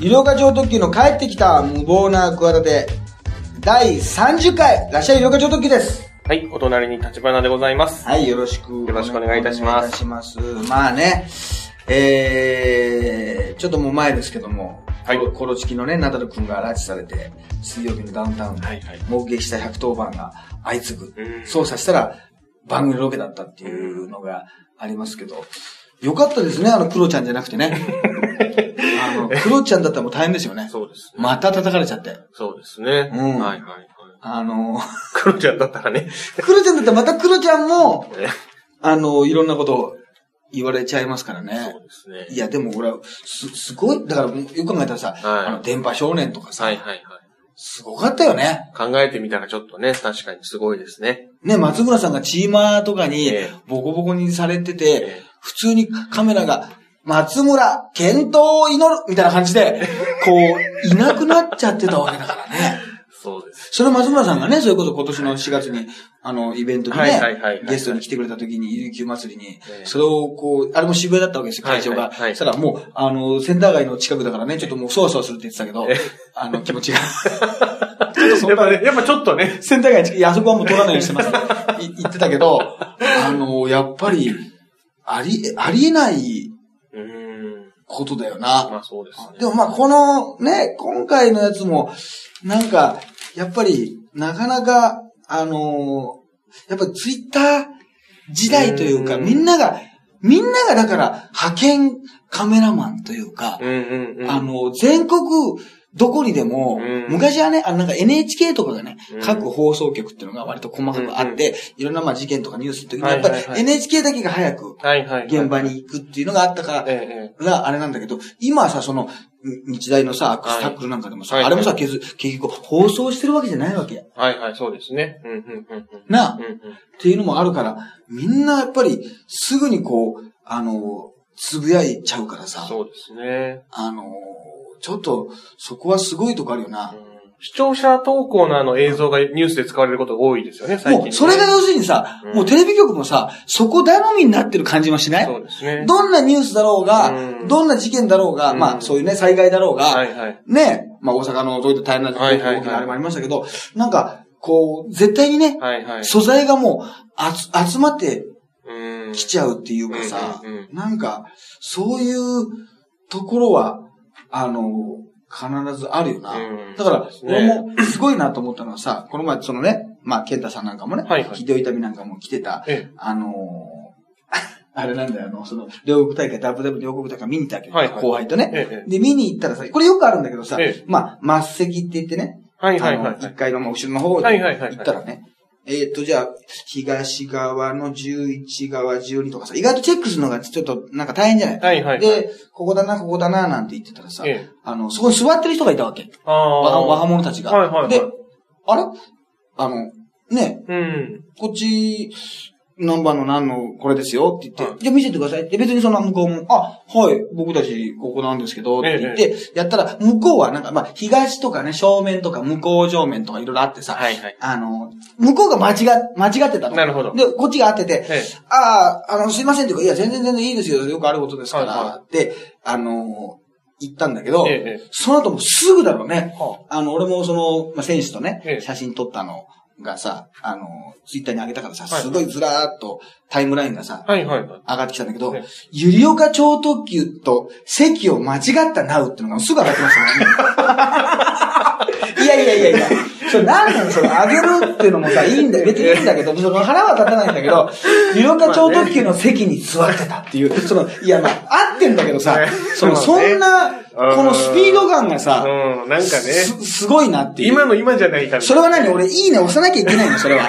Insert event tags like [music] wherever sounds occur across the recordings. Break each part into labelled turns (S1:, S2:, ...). S1: 医療課長特急の帰ってきた無謀な企て、第30回、ラッシャー医療課長特急です。
S2: はい、お隣に立花でございます。
S1: はい、よろしく。
S2: よろしくお願いいたしま
S1: お
S2: す
S1: 願いいたします。まあね、えー、ちょっともう前ですけども、
S2: はい
S1: コロコロチキのね、ナダル君が拉致されて、水曜日のダウンタウンで
S2: はいはい
S1: 目撃した110番が相次ぐ。
S2: うん
S1: 捜査したら、番組のロケだったっていうのがありますけど、よかったですね、あの、クロちゃんじゃなくてね。
S2: [laughs]
S1: あの、クロちゃんだったらもう大変ですよね。
S2: そうです。
S1: また叩かれちゃって。
S2: そうですね。
S1: うん
S2: はいはいはい。
S1: あの、 [laughs]
S2: 黒ちゃんだったらね。
S1: クロちゃんだったらまたクロちゃんも、
S2: ね
S1: あの、いろんなことを言われちゃいますから
S2: そ
S1: ね
S2: う。ですね。
S1: いや、でも俺は、す、すごい、だから、よく考えたらさ、
S2: はい
S1: あの、電波少年とかさ、
S2: はいはいはい。
S1: すごかったよね。
S2: 考えてみたらちょっとね、確かにすごいですね。
S1: ね、松村さんがチーマーとかに
S2: ええ、
S1: ボコボコにされてて、
S2: ええ
S1: 普通にカメラが、松村、健闘を祈るみたいな感じで、こう、いなくなっちゃってたわけだからね。
S2: そう
S1: [laughs]
S2: です。
S1: それ松村さんがね、それこそ今年の4月に、あの、イベントに
S2: はいはいはい
S1: ね
S2: は、い
S1: ゲストに来てくれた時に、琉球祭りに
S2: え、え
S1: それをこう、あれも渋谷だったわけですよ、会場が。
S2: はいはいはい
S1: そしたらもう、あの、センター街の近くだからね、ちょっともうそわそわするって言ってたけど
S2: ええ、
S1: あの、気持ち
S2: [laughs]
S1: が。ちょっとそんな、
S2: ね、やっぱちょっとね。
S1: センター街近い、いやあそこはもう取らないようにしてます。
S2: [laughs]
S1: い言ってたけど、あの、やっぱり、あり、ありえない
S2: うんうん。
S1: ことだよな。
S2: まあそうですね。
S1: でもまあこのね、今回のやつも、なんか、やっぱり、なかなか、あのーやっぱりツイッター時代というか、
S2: うん
S1: みんなが、みんながだから、派遣カメラマンというか、
S2: うんうんうん。
S1: あ、の、全国、どこにでも、
S2: うん
S1: 昔はね、あのなんか NHK とかがね
S2: うん、
S1: 各放送局っていうのが割と細かくあって、いろんなまあ事件とかニュースの時に、
S2: は
S1: や
S2: い
S1: っ
S2: はい
S1: ぱ
S2: はい
S1: り NHK だけが早く
S2: はいはいはい。
S1: 現場に行くっていうのがあったから、
S2: ええ。ええ
S1: があれなんだけど、今はさ、その、に日大のさ、アクスタックルなんかでもさ、
S2: はい
S1: あれもさ、けず結局、放送してるわけじゃないわけ。
S2: はいはい、そうですね。うんうんうんうん。
S1: なあ
S2: うんうん。
S1: っていうのもあるから、みんなやっぱり、すぐにこう、あの、つぶやいちゃうからさ、
S2: そうですね。
S1: あの、ちょっと、そこはすごいとこあるよな。
S2: 視聴者投稿のあの映像がニュースで使われることが多いですよね、最近ね、
S1: もう、それが要するにさ、
S2: うん
S1: もうテレビ局もさ、そこ頼みになってる感じもしない
S2: そうですね。
S1: どんなニュースだろうが、
S2: うん
S1: どんな事件だろうが、
S2: うん
S1: まあ、そういうね、災害だろうが、
S2: はいはい。
S1: ね、まあ大阪のどういった大変な大
S2: はいはいはい
S1: きなあれもありましたけど、なんか、こう、絶対にね、
S2: はいはい。
S1: 素材がもう集、集まって
S2: うん。
S1: きちゃうっていうかさ
S2: うんうんうん、
S1: なんか、そういうところは、あの、必ずあるよな
S2: うん。
S1: だから、
S2: そうです
S1: 俺
S2: ね
S1: もすごいなと思ったのはさ、この前そのね、まあ、健太さんなんかもね、
S2: はいはい
S1: ひどい痛みなんかも来てた、
S2: え
S1: あの [laughs] ー、あれなんだよ、あの、その、両国大会、ダブダブ両国大会見に行ったわけ
S2: はいはい
S1: 後輩とね。
S2: えええ
S1: で、見に行ったらさ、これよくあるんだけどさ、
S2: え
S1: まあ、末席って言ってね、
S2: はいはいはい
S1: あの
S2: はい
S1: 一。階のまあ後ろの方
S2: は
S1: で
S2: いはいはいは
S1: 行
S2: い
S1: ったらね、えっと、じゃあ、東側の11側12とかさ、意外とチェックするのがちょっとなんか大変じゃない、
S2: はいはいはい
S1: で、ここだな、ここだな、なんて言ってたらさ、
S2: ええ
S1: あの、そこに座ってる人がいたわけ。
S2: ああ。
S1: わ若者たちが。
S2: はいはいはい
S1: で、あれあの、ね、
S2: うん。
S1: こっち、何番の何のこれですよって言って、
S2: は
S1: じゃあ見せてくださいって、別にその向こうも、あ、はい、僕たちここなんですけどって言って、やったら、向こうはなんか、まあ、東とかね、正面とか向こう正面とかいろいろあってさ、
S2: はいはい。
S1: あの、向こうが間違、間違ってたの。
S2: なるほど
S1: で、こっちが合ってて、
S2: ええ
S1: ああ、あの、すいませんっていうか、いや、全然全然いいですよ、よくあることですから、
S2: はいは
S1: って、あの、言ったんだけど、
S2: えええ
S1: その後もすぐだろうね、
S2: は
S1: あの、俺もその、まあ、選手とね、
S2: ええ
S1: 写真撮ったのがさ、あの、ツイッターに上げたからさ、
S2: はい
S1: すごいずらーっとタイムラインがさ、
S2: はいはいはい。
S1: 上がってきたんだけど
S2: ええ、
S1: ゆりおか超特急と席を間違ったなうってのがすぐ上がってま
S2: [laughs]
S1: したね。いやいやいやいや。それ何なのそれあげるっていうのもさ、いいんだよ。別にいいんだけど、その腹は立たないんだけど、ゆりおか超特急の席に座ってたっていう、その、いやまあ、合ってんだけどさ
S2: ね、
S1: その、そ
S2: そうね
S1: んな、このスピード感がさ、
S2: うん、なんかね。
S1: す、すごいなっていう。
S2: 今の今じゃないから。
S1: それは何俺、いいね押さなきゃいけないのそれは。 [laughs]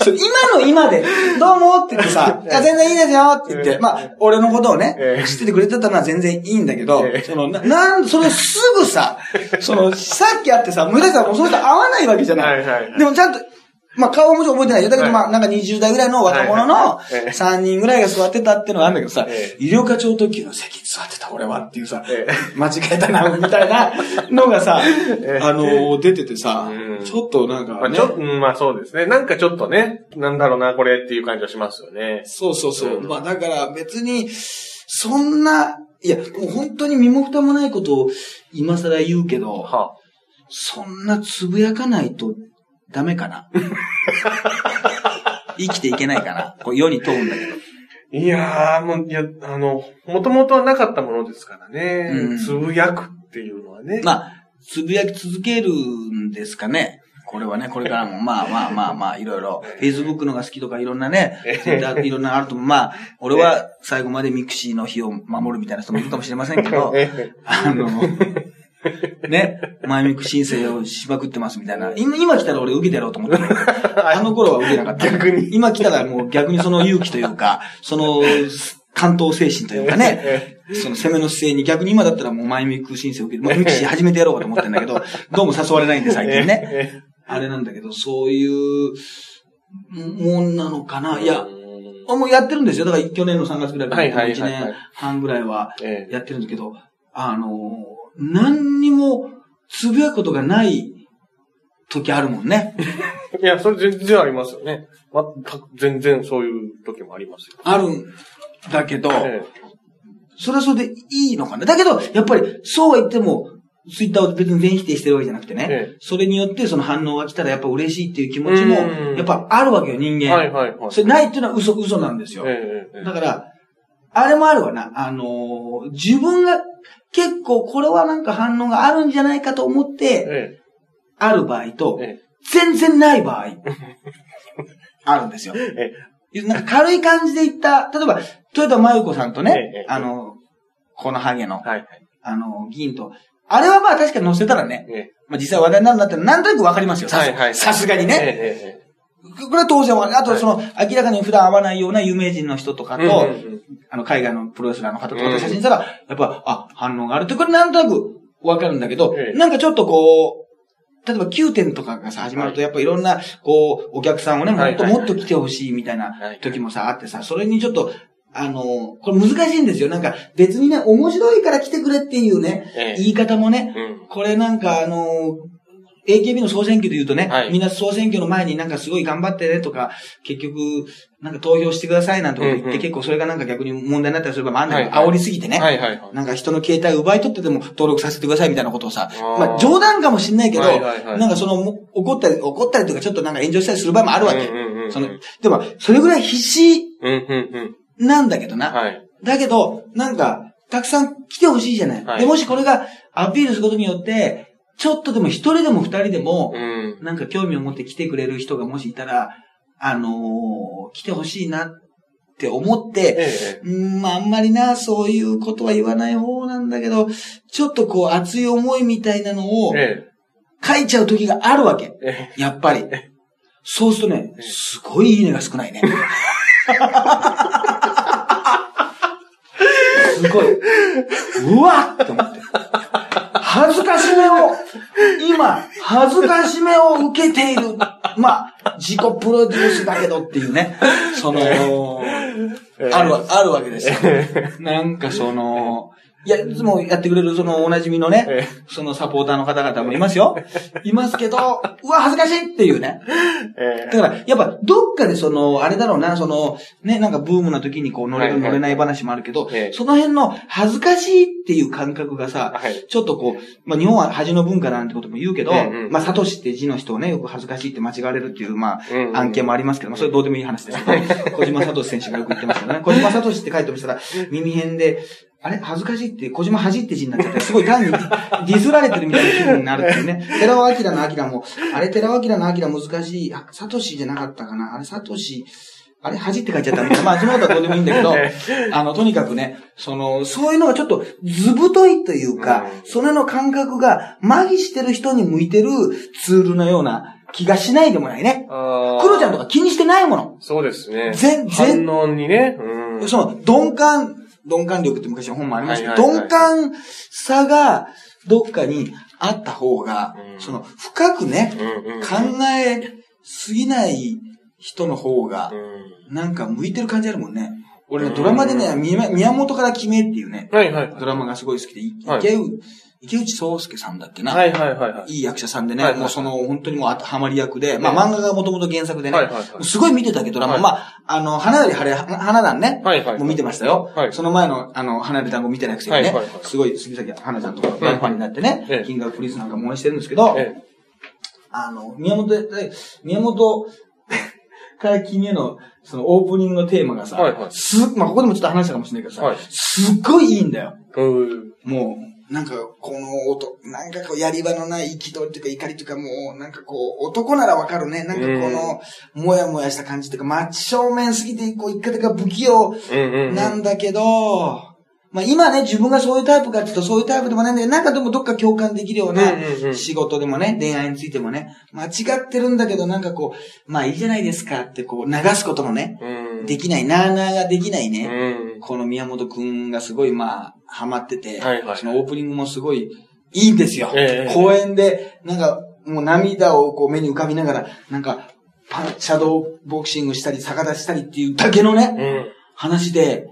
S1: それ今の今で、どうもって言って
S2: [laughs]
S1: さ、いや、全然いいですよって言っ
S2: え
S1: て、
S2: え
S1: まあ、俺のことを
S2: え
S1: ね、
S2: え
S1: 知っててくれてたのは全然いいんだけど
S2: ええ、
S1: その、ななん、それすぐさ、その、さっき会ってさ、村井さんもその人会わないわけじゃない。
S2: はいはいはい
S1: でもちゃんと、まあ、顔はもちろん覚えてないよ。だけど、
S2: はい
S1: まあ、なんか20代ぐらいの若者の
S2: はいはいはいええ
S1: 3人ぐらいが座ってたっていうのはあるんだけどさ
S2: え、
S1: 医療課長特急の席に座ってた俺はっていうさ
S2: え、
S1: 間違えたな、みたいなのがさ、
S2: [laughs] え
S1: あの、出ててさ
S2: う、ん
S1: ちょっとなん
S2: ま
S1: か
S2: あ
S1: ね
S2: ち、ょっと、うんまあそうですね。なんかちょっとね、なんだろうな、これっていう感じはしますよね。
S1: そうそうそう、
S2: うん
S1: まあだから別に、そんな、いや、もう本当に身も蓋もないことを今更言うけど、
S2: は
S1: そんなつぶやかないとダメか
S2: [laughs]
S1: な。生きていけないかな。こう世に問うんだけど。
S2: あ、いやー、もう、いや、あの、もともとはなかったものですからね。
S1: うん
S2: つぶやくっていうのはね。
S1: まあ、つぶやき続けるんですかね。これはね、これからも、まあまあまあまあ、いろいろ、Facebook のが好きとかいろんなね、Twitter いろんなのあると思うまあ、俺は最後までミクシーの日を守るみたいな人もいるかもしれませんけ
S2: [laughs]
S1: ど、あの、ね、前ミク申請をしまくってますみたいな。今今来たら俺受けてやろうと思って
S2: [laughs]
S1: たんだけど。あの頃は受けなかった。
S2: 逆に。
S1: 今来たらもう逆にその勇気というか、その関東精神というかね、 [laughs] その攻めの姿勢に逆に今だったらもう前ミク申請を受けて、もうミクシー始めてやろうかと思ってんだけど、どうも誘われない
S2: [laughs]
S1: んで最近ね。
S2: ね。
S1: あれなんだけど、そういうもんなのかな。いや
S2: う、ん
S1: もうやってるんですよ。だから去年の3月ぐらいから
S2: はいはいはい
S1: 1
S2: はい
S1: 年半ぐらいは
S2: ええ
S1: やってるんですけど、あの、何にもつぶやくことがない時あるもんね。
S2: いや、それ全然ありますよね。全く、全然そういう時もありますよ。
S1: あるんだけど、
S2: ええ
S1: それはそれでいいのかな。だけど、やっぱりそうは言っても、ツイッターを別に全否定してるわけじゃなくてね、
S2: え
S1: それによってその反応が来たらやっぱ嬉しいっていう気持ちも
S2: うん、
S1: やっぱあるわけよ、人間。
S2: はいはいはい。
S1: それないっていうのは嘘、嘘なんですよ。
S2: ええええ
S1: だから、あれもあるわな。あのー自分が結構これはなんか反応があるんじゃないかと思って、
S2: え
S1: ある場合と
S2: え、え
S1: 全然ない場
S2: [laughs]
S1: 合、あるんですよ。
S2: ええ
S1: なんか軽い感じで言った、例えば、豊田真由子さんと
S2: え
S1: ね
S2: え、
S1: あの、このハゲの
S2: え、はいはい。
S1: あの、議員と、あれはまあ確かに載せたらね、
S2: ええ
S1: まあ実際話題になるなってなんとなくわかりますよ。さす
S2: はいはい
S1: さすがに
S2: ええ
S1: ね。
S2: え
S1: これは当然わかる。あとその、明らかに普段会わないような有名人の人とか
S2: え
S1: と、
S2: うんうんうん
S1: あの、海外のプロレスラーの方とかと写真したら、やっぱ、あ、反応があるって、これなんとなくわかるんだけど、
S2: ええ
S1: なんかちょっとこう、例えば9点とかがさ、始まると、
S2: はい
S1: やっぱいろんな、こう、お客さんをね、も
S2: は
S1: っ
S2: い
S1: と
S2: はいはい
S1: もっと来てほしいみたいな
S2: はい
S1: 時もさ、あってさ、それにちょっと、あの、これ難しいんですよ。なんか、別にね、面白いから来てくれっていうね、
S2: ええ
S1: 言い方もね、
S2: うん
S1: これなんかあの、AKB の総選挙で言うとね、
S2: はい
S1: みんな総選挙の前になんかすごい頑張ってねとか、結局、なんか投票してくださいなんてこと言って、
S2: うんうん
S1: 結構それがなんか逆に問題になったりする場もあるんだけど、
S2: はいはい
S1: 煽りすぎてね、
S2: はいはいはい。
S1: なんか人の携帯を奪い取ってでも登録させてくださいみたいなことをさ、
S2: あー
S1: まあ冗談かもしんないけど、
S2: はいはいはい
S1: なんかそのも怒ったり、怒ったりというかちょっとなんか炎上したりする場合もあるわけ。
S2: うんうんうんうん
S1: その、でも、それぐらい必死
S2: うんうんうん。
S1: なんだけどな、
S2: はい。
S1: だけど、なんか、たくさん来てほしいじゃない、
S2: はい
S1: で、もしこれがアピールすることによって、ちょっとでも一人でも二人でも、
S2: うん。
S1: なんか興味を持って来てくれる人がもしいたら、あのー来てほしいなって思って、
S2: ええ
S1: うん、まああんまりな、そういうことは言わない方なんだけど、ちょっとこう熱い思いみたいなのを
S2: ええ。
S1: 書いちゃう時があるわけ。
S2: ええ。
S1: やっぱり。そうするとね、
S2: え
S1: すごいいいねが少ないね。すごい。うわっって思って。恥ずかしめを、今、恥ずかしめを受けている。まあ、自己プロデュースだけどっていうね。その、
S2: ええ
S1: あるわ、あるわけですよ。なんかその、いや、いつもやってくれる、その、おなじみのね、
S2: え
S1: そのサポーターの方々もいます
S2: [laughs]
S1: よ。いますけど、うわ、恥ずかしいっていうね。
S2: え
S1: だから、やっぱ、どっかでその、あれだろうな、その、ね、なんかブームの時にこう乗れ
S2: はい
S1: る
S2: はい
S1: 乗れない話もあるけど
S2: ええ、
S1: その辺の恥ずかしいっていう感覚がさ、
S2: はい
S1: ちょっとこう、まあ日本は恥の文化なんてことも言うけど、
S2: うんうん
S1: まあサトシって字の人をね、よく恥ずかしいって間違われるっていう、まあ
S2: うんう、ん
S1: 案件もありますけど、まあそれどうでもいい話ですけど、小島サトシ選手がよく言ってますけどね、小島サトシって書いてましたら、耳辺で、あれ恥ずかしいって、小島恥って字になっちゃって、すごい [laughs] 単にディディズられてるみたいな気分になるっていうね。寺尾明の明も、あれ寺尾明の明難しい、あ、サトシじゃなかったかな、あれサトシ、あれ恥って書いちゃったみたいな。まあ、そのこと [laughs] はどうでもいいんだけど、あの、とにかくね、その、そういうのがちょっとずぶといというか、
S2: うん
S1: それの感覚が麻痺してる人に向いてるツールのような気がしないでもないね。
S2: あー
S1: クロちゃんとか気にしてないもの。
S2: そうですね。
S1: 全然
S2: 反応にね。うん。
S1: その、鈍感、鈍感力って昔の本もありましたけど、
S2: はいはいはい
S1: 鈍感さがどっかにあった方が、
S2: うん
S1: その、深くね、
S2: うんうんうん。
S1: 考えすぎない人の方が、
S2: うん
S1: なんか向いてる感じあるもんね。俺
S2: う
S1: ね、
S2: ん
S1: ドラマでね、宮宮本から決めっていうね、
S2: はいはい。
S1: ドラマがすごい好きで、い
S2: はい
S1: 池内、池内壮介さんだっけな。
S2: はいはいはいはい。
S1: いい役者さんでね、
S2: はいはい
S1: もうその、本当にもうあハマり役で、まあ漫画がもともと原作でね、
S2: はいはいはい
S1: すごい見てたけど、ドラマ、
S2: はい
S1: まあ、あの、花より晴れ、花壇ね。
S2: はいはい
S1: もう見てましたよ。
S2: はい
S1: その前の、あの、花より団子見てなくてね。
S2: はいはいはい
S1: すごい、杉崎花ちゃんとか、ファンになってね。
S2: ええ
S1: キングオブプリンスなんかも応援してるんですけど、
S2: え
S1: あの、宮本で、宮本から君への、そのオープニングのテーマがさ、
S2: はいはい
S1: す、まあ、ここでもちょっと話したかもしれないけどさ、
S2: はい
S1: すっごいいいんだよ。
S2: え。う
S1: もう、なんか、この音、なんかこう、やり場のない憤りというか怒りというか、もう、なんかこう、男ならわかるね。なんかこの、もやもやした感じというか、真正面すぎて、こう、一方が不器用
S2: ーん。うんうん。
S1: なんだけど、まあ今ね、自分がそういうタイプかっていうとそういうタイプでもないんだけど、なんかでもどっか共感できるよう
S2: うんうんう
S1: なん仕事でもね、恋愛についてもね、間違ってるんだけど、なんかこう、まあいいじゃないですかってこう流すこともね、
S2: うん。
S1: できない、なーなーができないうね、
S2: ん。
S1: この宮本くんがすごいまあ、ハマってて、
S2: はいはい
S1: そのオープニングもすごいいいんですよ。
S2: ええ
S1: 公演で、なんかもう涙をこう目に浮かびながら、なんか、パン、シャドーボクシングしたり、逆立ちしたりっていうだけのね、
S2: うん。
S1: 話で、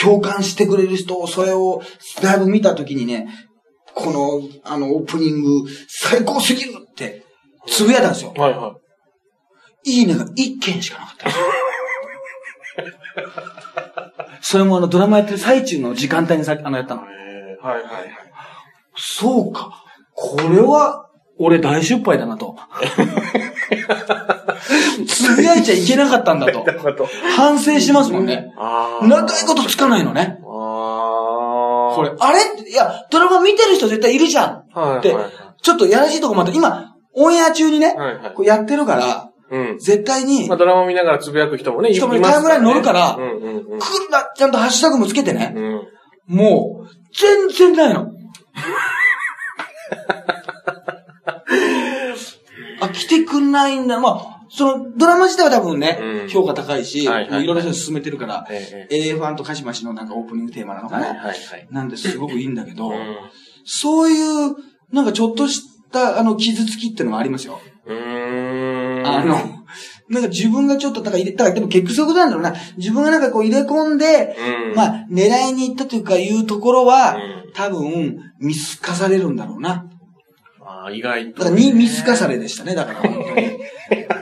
S1: 共感してくれる人、それを、だいぶ見たときにね、この、あの、オープニング、最高すぎるって、つぶやいたんですよ。
S2: はいはい
S1: いねが一件しかなかった。それもあの、ドラマやってる最中の時間帯にさ、あの、やったの。
S2: い。えーはいはいはい。
S1: そうか。これは、俺大失敗だなと。つぶやいちゃいけなかったんだと。
S2: なるほど。
S1: 反省しますもんね。
S2: あー
S1: 長いことつかないのね。
S2: ああ。
S1: これ、あれいや、ドラマ見てる人絶対いるじゃん
S2: はい
S1: って
S2: はいは、
S1: ちょっとやらしいとこもあって、今、オンエア中にね
S2: はいはい、
S1: こうやってるから、
S2: うん。
S1: 絶対に、
S2: ま
S1: 来
S2: あ、ドラマ見ながらつぶやく人もね、い
S1: 人もね
S2: います
S1: タイムラインに乗るから
S2: うんうんうん。
S1: るんだちゃんとハッシュタグもつけてね。
S2: うん。
S1: もう、全然ない
S2: [laughs]
S1: の。あ、来てくんないんだ。まあ、その、ドラマ自体は多分
S2: う
S1: ね
S2: ん、
S1: 評価高いし、も
S2: は
S1: う
S2: い
S1: い
S2: はいはい
S1: ろんな人に勧めてるから、
S2: え
S1: AF1 と鹿島氏のなんかオープニングテーマなのか
S2: はい
S1: な。
S2: はいはい。
S1: なんですごくいいんだけど、
S2: うん
S1: そういう、なんかちょっとした、あの、傷つきってのはありますよ。
S2: うーん。
S1: あの、なんか自分がちょっと、だから入れ、だからでも結局そういうことなんだろうな。自分がなんかこう入れ込んで、
S2: うん
S1: まあ、狙いに行ったというか、いうところは、
S2: うん
S1: 多分、見透かされるんだろうな。
S2: あー、意外
S1: だ
S2: と
S1: か
S2: ね。
S1: ら、に、見透か
S2: [laughs]
S1: されでしたね、だから、本当に。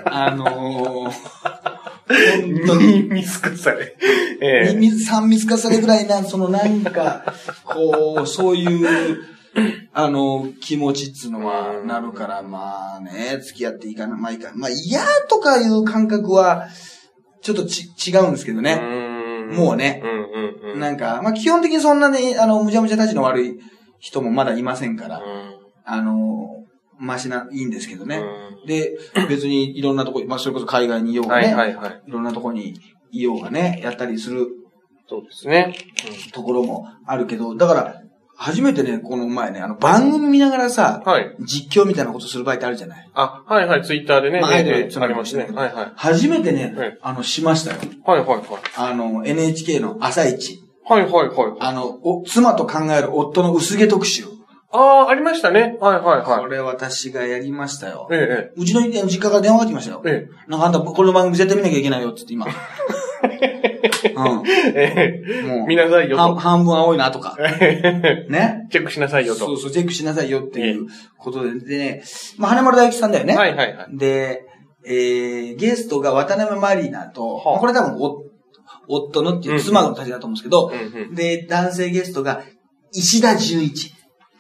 S1: あのー、本当に。
S2: に見透かされ。え
S1: に
S2: え。
S1: 水、三水かされぐらいな、そのなんか、こう、そういう、あの、気持ちっつうのは、なるから、まあね、付き合っていかない、まあいかん、まあ嫌とかいう感覚は、ちょっとち、違うんですけどね。
S2: ね
S1: もうね
S2: うんうんうん。
S1: なんか、まあ基本的にそんなね、あの、むちゃむちゃたちの悪い人もまだいませんから、あの、ましな、いいんですけど
S2: うん。
S1: ね。で、別にいろんなとこ、まあそれこそ海外にいよう
S2: うん。
S1: が
S2: は
S1: ね、
S2: い
S1: い
S2: はいはい。
S1: ろんなとこにいようがね、やったりする
S2: そうですね。
S1: ところもあるけど、だから、初めてね、この前ね、あの、番組見ながらさ、
S2: はい。
S1: 実況みたいなことする場合ってあるじゃない
S2: あ、はいはい、ツイッターでね、
S1: まあ
S2: ね
S1: アイドル
S2: ねありましたね。はいはい。
S1: 初めてね、
S2: はい
S1: あの、しましたよ。
S2: はいはいはい。
S1: あの、NHK の朝一。
S2: はいはいはい。
S1: あの、お、妻と考える夫の薄毛特集。
S2: ああ、ありましたね。はいはい
S1: こ
S2: はい。
S1: れ私がやりましたよ。
S2: え
S1: うちの実家から電話が来ましたよ
S2: え。。え
S1: なんかあんた、これの番組絶対見なきゃいけないよって言
S2: [laughs]
S1: って今。うん。
S2: え。ええ。
S1: も、
S2: 見なさいうよ
S1: 半
S2: と。
S1: 半分青いなと
S2: [laughs]
S1: か。ね。
S2: チェックしなさいよ
S1: そ
S2: と。
S1: うそう、チェックしなさいよっていうことで、でね、まあ、花丸大吉さんだよね。
S2: はいはいはい。
S1: で、えー、ゲストが渡辺マリーナと、
S2: はあ
S1: これ多分お、夫のっていう妻のたちだと思うんですけど、
S2: うんうん
S1: で、男性ゲストが石田純一。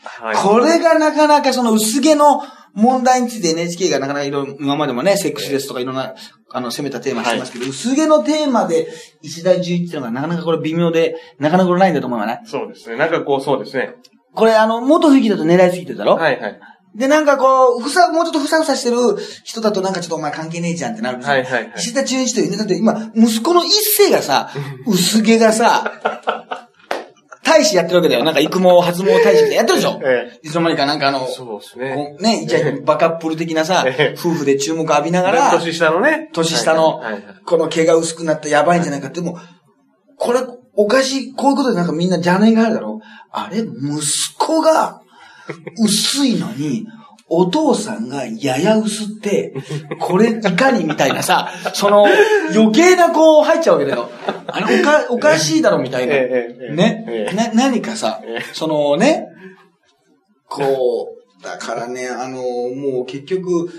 S2: はい。
S1: これがなかなかその薄毛の問題について NHK がなかなかいろいろ、今までもね、セックスですとかいろんな、あの、攻めたテーマしてますけど、薄毛のテーマで石田純一っていうのがなかなかこれ微妙で、なかなかこれないんだと思うわね。
S2: そうですね。なんかこう、そうですね。
S1: これあの、元好きだと狙いすぎてるだろ
S2: はいはい。
S1: で、なんかこう、ふさ、もうちょっとふさふさしてる人だとなんかちょっとお前関係ねえじゃんってなるんですよ。
S2: はいはいはい
S1: 石田純一というね、だって今、息子の一世が
S2: [laughs]
S1: さ、薄毛がさ、大使やってるわけだよ。なんか育毛、発毛大使みたいなやってるでしょ、
S2: え
S1: いつの間にかなんかあの、
S2: そうですね。
S1: こうね、イチャイチャバカップル的なさ
S2: ええ、
S1: 夫婦で注目浴びながら、
S2: 年下のね。
S1: 年下の
S2: はいはいはい、
S1: この毛が薄くなったやばいんじゃないかって、でも、これ、おかしい、こういうことでなんかみんな邪念があるだろあれ、息子が薄いのに、お父さんがやや薄って、これいかにみたいなさ、その余計なこう入っちゃうわけだよ。あれおか、おかしいだろみたいな。
S2: えええええ
S1: ね
S2: え。
S1: な、何かさ
S2: ええ、
S1: そのね、こう、だからね、あの、もう結局、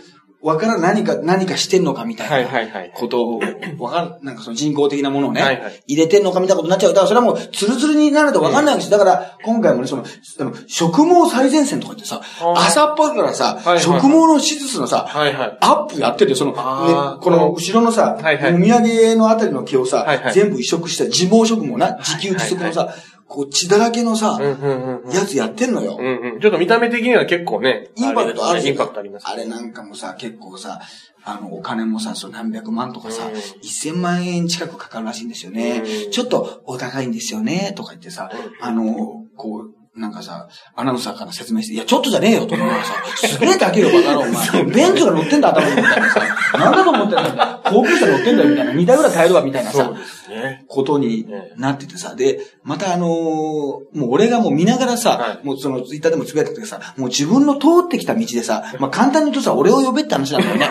S1: わからん、何か、何かしてんのかみた
S2: はいい
S1: な
S2: はいはい。
S1: ことを、わかん、なんかその人工的なものをね、
S2: はいはい
S1: 入れてんのかみたいなことになっちゃう。だからそれはもう、ツルツルになるとわかんないわけです。だから、今回もね、その、あの食毛最前線とかってさ
S2: あ、ー
S1: 朝っぱらからさ、
S2: はいはい
S1: 食毛の手術のさ、
S2: はいはい。
S1: アップやってるよ、その、ね
S2: あー、
S1: この後ろのさ、
S2: はいはい
S1: お土産のあたりの毛をさ、
S2: はいはい
S1: 全部移植した、自毛植毛な、自給自足のさ、こう血だらけのさ、
S2: うんうんうんうん。
S1: やつやってんのよ。
S2: うんうん。ちょっと見た目的には結構ね。
S1: インパクトある
S2: れですねインパクトあります。
S1: あれなんかもさ、結構さ、あの、お金もさ、その何百万とかさ、
S2: うん
S1: 1000万円近くかかるらしいんですよね。
S2: うん
S1: ちょっとお高いんですよね、とか言ってさ、あの、こう、なんかさ、アナウンサーから説明して、いや、ちょっとじゃねえよ、と思うからさ、すげえ高いよ、バカ野郎、
S2: [laughs]
S1: お前。ベンツが乗ってんだ、頭に、みたいなさ。なんだと思ってんだよ、高級車乗ってんだよ、みたいな。2台ぐらい買えるわ、みたいな
S2: そ
S1: さ
S2: う。ですね。 [laughs]
S1: ことになっててさ、で、またあのーもう俺がもう見ながらさ、
S2: はい
S1: もうそのツイッターでもつぶやいた時さ、もう自分の通ってきた道でさ、まあ簡単に言うとさ、俺を呼べって話なんだよ
S2: [laughs]
S1: ね。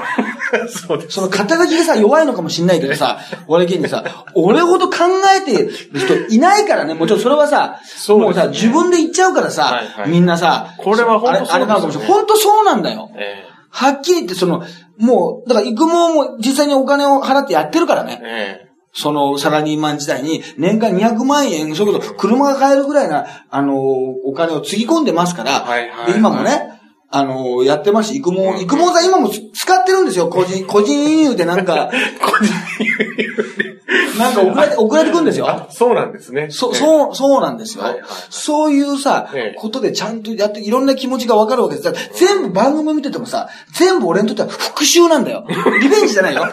S2: そうです。
S1: その肩書きがさ、弱いのかもしんないけどさ、俺現にさ、俺ほど考えてる人いないからね、もちろんそれはさ、
S2: そう
S1: も
S2: で
S1: う
S2: すね
S1: さ、自分で言っちゃうからさ、
S2: はいはい
S1: みんなさ、
S2: これは本当
S1: あれ
S2: そうです
S1: あ
S2: よね
S1: れなのかもしれない。本当そうなんだよ。
S2: え
S1: はっきり言ってその、もう、だから育毛も実際にお金を払ってやってるからね
S2: え。え
S1: そのサラリーマン時代に年間200万円、そういうこと、車が買えるぐらいな、あの、お金をつぎ込んでますから、
S2: はいはいはい
S1: で今もね、あの、やってますし、育毛、育毛剤今もつ使ってるんですよ、個
S2: [laughs]
S1: 人、個人輸入でなんか、なんか送られて、送られてくるんです
S2: え
S1: よ
S2: あ。、そうなんですね。
S1: そ、
S2: う。
S1: そう、そうなんですよ
S2: はいはいはい。
S1: そういうさ
S2: ええ、
S1: ことでちゃんとやって、いろんな気持ちがわかるわけです。だから全部番組見ててもさ、全部俺にとっては復讐なんだよ。リベンジじゃない
S2: [laughs]
S1: よ。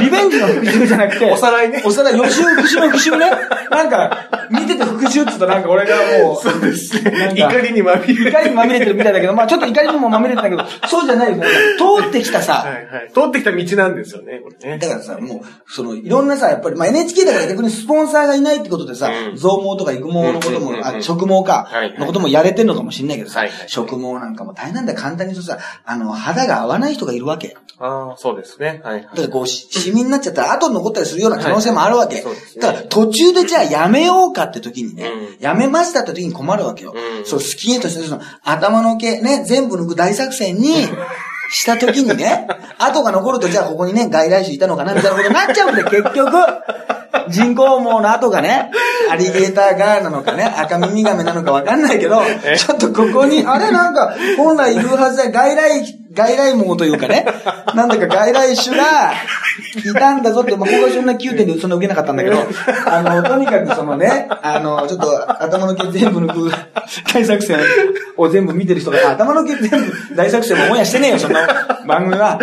S1: リベンジの復讐じゃなくて。
S2: おさらいね
S1: おさらい、予習、復讐の復讐ね。なんか、見てて復讐って言うとなんか俺がもう、
S2: そうですね。
S1: なんか
S2: 怒りにまみれ
S1: 怒りにまみれてるみたいだけど、まあちょっと怒りにもまみれてたけど、そうじゃないよ。通ってきたさ、
S2: はいはい。通ってきた道なんですよね、これね。
S1: だからさ、もう、その、いろんなさ、やっぱり、まあ、NHK だから逆にスポンサーがいないってことでさ、
S2: うん
S1: 増毛とか育毛のことも、
S2: うんうんうんうん
S1: あ、植毛か
S2: はいは、い
S1: のこともやれてんのかもしれないけどさ、
S2: はいはい
S1: 植毛なんかも大変なんだよ。簡単に言うとさ、あの、肌が合わない人がいるわけ。
S2: ああ、そうですね。はいは
S1: だからこう、しシミになっちゃったら後に残ったりするような可能性もあるわけ。
S2: はいそうですね
S1: だから途中でじゃあやめようかって時にね、
S2: う
S1: やめましたって時に困るわけよ。
S2: うん
S1: そう、スキンヘッドしてその頭の毛ね、全部抜く大作戦に、した時に
S2: [laughs]
S1: ね、後が残るとじゃあここにね、外来種いたのかなみたいなことになっち
S2: [laughs]
S1: ゃうんで、結局。人工毛の後がね、アリゲーターガーなのかね、赤耳ガメなのかわかんないけど、ちょっとここに、あれなんか、本来いるはずだ、外来、外来毛というか
S2: [laughs]
S1: ね、なんだか外来種が、いたんだぞって、まあ、僕はそんな9点でそんな受けなかったんだけど、あの、とにかくそのね、あの、ちょっと頭の毛全部抜く大作戦を全部見てる人が、頭の毛全部大作戦もオンエアしてねえよ、そんな番組は。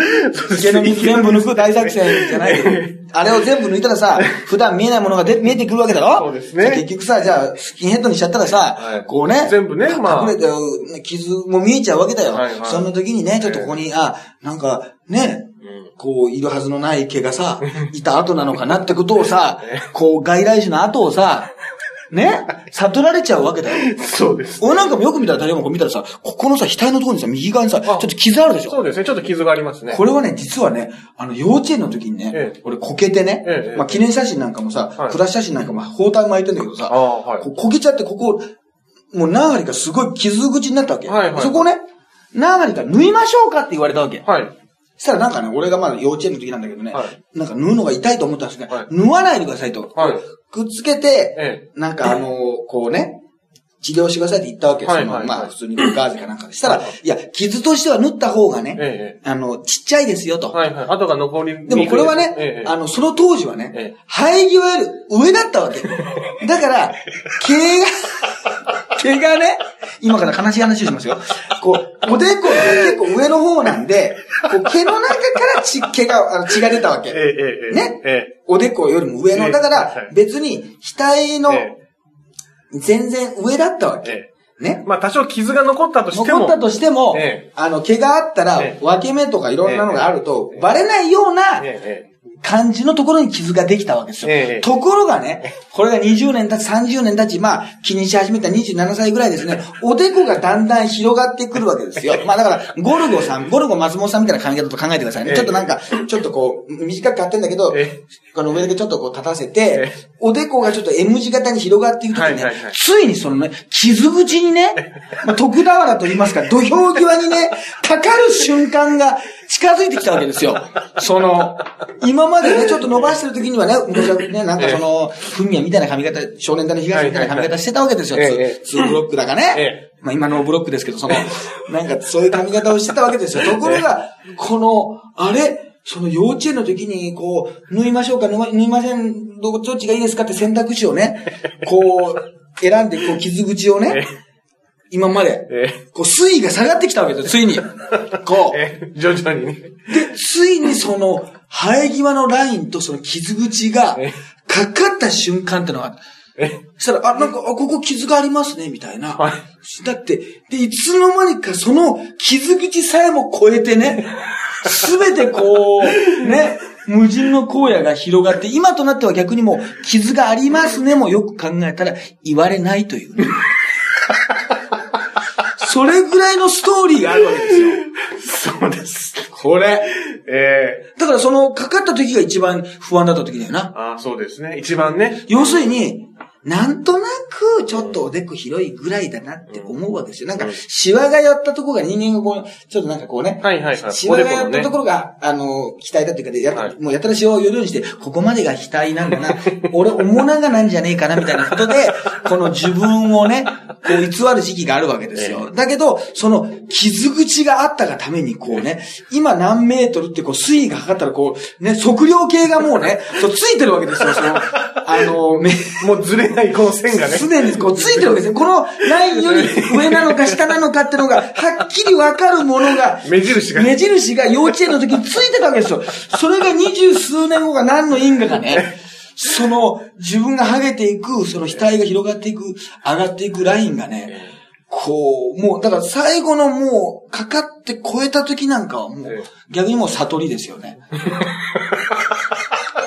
S1: 毛の水全部抜く大作戦じゃないけど。あれを全部抜いたらさ、普段見えないものがで見えてくるわけだろ
S2: そうですね
S1: 結局さ、じゃあ、スキンヘッドにしちゃったらさ、
S2: はい
S1: こうね、
S2: 全部ねまあ
S1: 隠れて、ね傷も見えちゃうわけだよ。
S2: はいはい
S1: その時にね、ちょっとここに、あ、なんか、ね、
S2: い。
S1: こう、いるはずのない毛がさ、いた後なのかなってことを
S2: [laughs]
S1: さ、こう、外来種の後をさ、ね、悟られちゃうわけだよ
S2: う。ん。そうです。
S1: 俺なんかもよく見たら、誰もこう見たらさ、ここのさ、額のところにさ、右側にさ、ちょっと傷あるでしょ
S2: そうですね。ちょっと傷がありますね。
S1: これはね、実はね、あの、幼稚園の時にね、
S2: ええ
S1: 俺こけてね、
S2: ええええ
S1: まあ記念写真なんかもさ、
S2: はい
S1: プラス写真なんかも包帯巻いてんだけどさ、
S2: ああ、はい。
S1: ここけちゃって、ここ、もう何針かすごい傷口になったわけ。
S2: はいはい
S1: そこね、何針か縫いましょうかって言われたわけ。
S2: はい。
S1: したらなんかね、俺がまだ幼稚園の時なんだけどね、
S2: は
S1: なんか縫うのが痛いと思ったんですけど、
S2: はい
S1: 縫わないでくださいと。
S2: はい
S1: くっつけて、
S2: え
S1: なんかあのーこうね、治療してくださいって言ったわけです
S2: はい
S1: その
S2: はい
S1: ま
S2: は
S1: あ
S2: い
S1: 普通にガーゼかなんかで。したら、
S2: はいいはい
S1: や、傷としては縫った方がね
S2: え。、え
S1: あの、ちっちゃいですよ
S2: え。
S1: と。
S2: はいはい。後が残りにくい
S1: でもこれはね、
S2: ええええ。
S1: あの、その当時は
S2: え
S1: ね
S2: え、
S1: 生え際より上だったわけ。だから、毛が、 [laughs] 毛がね、今から悲しい話をしますよ。こう、おでこが結構上の方なんで、こう毛の中から血、 [laughs] 毛が、あの血が出たわ
S2: ええ
S1: け。
S2: ええ。
S1: ね
S2: ええ。
S1: おでこよりも上
S2: え
S1: の。
S2: え
S1: だか
S2: は
S1: ら、
S2: い
S1: 別に、額の
S2: え
S1: 全然上だったわ
S2: ええ
S1: け。
S2: え。
S1: ね。
S2: まあ多少傷が残ったとしても。
S1: 残ったとしても
S2: ええ、
S1: あの、毛があったら
S2: ええ、
S1: 分け目とかいろんなのがあると
S2: え、え
S1: バレないような、
S2: ええ
S1: 感じのところに傷ができたわけですよ。
S2: ええ
S1: ところがね、これが20年経ち、30年経ち、まあ、気にし始めた27歳ぐらいですね、おでこがだんだん広がってくるわけ
S2: [laughs]
S1: ですよ。まあだから、ゴルゴさん、ゴルゴ松本さんみたいな髪型と考えてくださいね。
S2: ええ
S1: ちょっとなんか、ちょっとこう、短く買ってんだけど
S2: ええ、
S1: この上だけちょっとこう立たせ
S2: え
S1: て、おでこがちょっと M 字型に広がっていくときね
S2: はいはいはい、
S1: ついにそのね、傷口にね、まあ、徳俵と言いますか、土俵際にね、かかる瞬間が近づいてきたわけですよ。そ
S2: [laughs]
S1: の、今までね、ちょっと伸ばしてる時にはね、昔はね、なんかその、ふみやみたいな髪型、少年隊の東みたいな髪型してたわけですよ。
S2: はいはいはいええ
S1: ツーブロックだか
S2: え
S1: ね。まあ今のブロックですけど、その、なんかそういう髪型をしてたわけですよ。ところが、この、あれ、その幼稚園の時に、こう、縫いましょうか、縫わ縫いません、どどっちがいいですかって選択肢を
S2: [laughs]
S1: ね、こう、選んで、こう、傷口をね、今まで、
S2: ええ
S1: こう、水位が下がってきたわけですよ、ついに。こう。
S2: え、徐々にね。
S1: で、ついにその、生え際のラインとその傷口が
S2: え、
S1: かかった瞬間ってのが、
S2: え、
S1: そしたら、あ、なんか、あ、ここ傷がありますね、みたいな。
S2: はい
S1: だって、で、いつの間にかその傷口さえも超えてね、すべてこう、ね、無人の荒野が広がって、今となっては逆にもう、傷がありますねもよく考えたら言われないと
S2: [laughs]
S1: いうね、それぐらいのストーリーがあるわけですよ。
S2: そうです。
S1: これ。
S2: ええ
S1: だからその、かかった時が一番不安だった時だよな。
S2: ああ、そうですね。一番ね。
S1: 要するに、なんとなく、ちょっとおでこ広いぐらいだなって思うわけですよ。なんか、シワがやったところが人間がこう、ちょっとなんかこうね。
S2: はいはいはい
S1: シワがやっ
S2: おでこの
S1: た
S2: ね
S1: ところが、あの、期待だっていうかで、やっ
S2: はい
S1: もうやたらシワを寄るようにして、ここまでが期待なんだ
S2: [laughs]
S1: な。俺、おもながなんじゃねえかな、みたいなことで、この自分をね、こう偽る時期があるわけですよ。だけど、その、傷口があったがために、こうね、今何メートルってこう、水位が測ったら、こう、ね、測量計がもうね、そうついてるわけですよ、その、あの、め
S2: もうずれないこの線がね。
S1: 常にこうついてるわけですよ。このラインより上なのか下なのかってのが、はっきりわかるものが、
S2: 目印が
S1: 目印が幼稚園の時についてたわけですよ。それが二十数年後が何の因果かね、その自分がハゲていく、その額が広がっていく、上がっていくラインがね、こう、もう、だから最後のもう、かかって超えた時なんかはも
S2: え
S1: う、逆にもう悟りですよね。
S2: [laughs]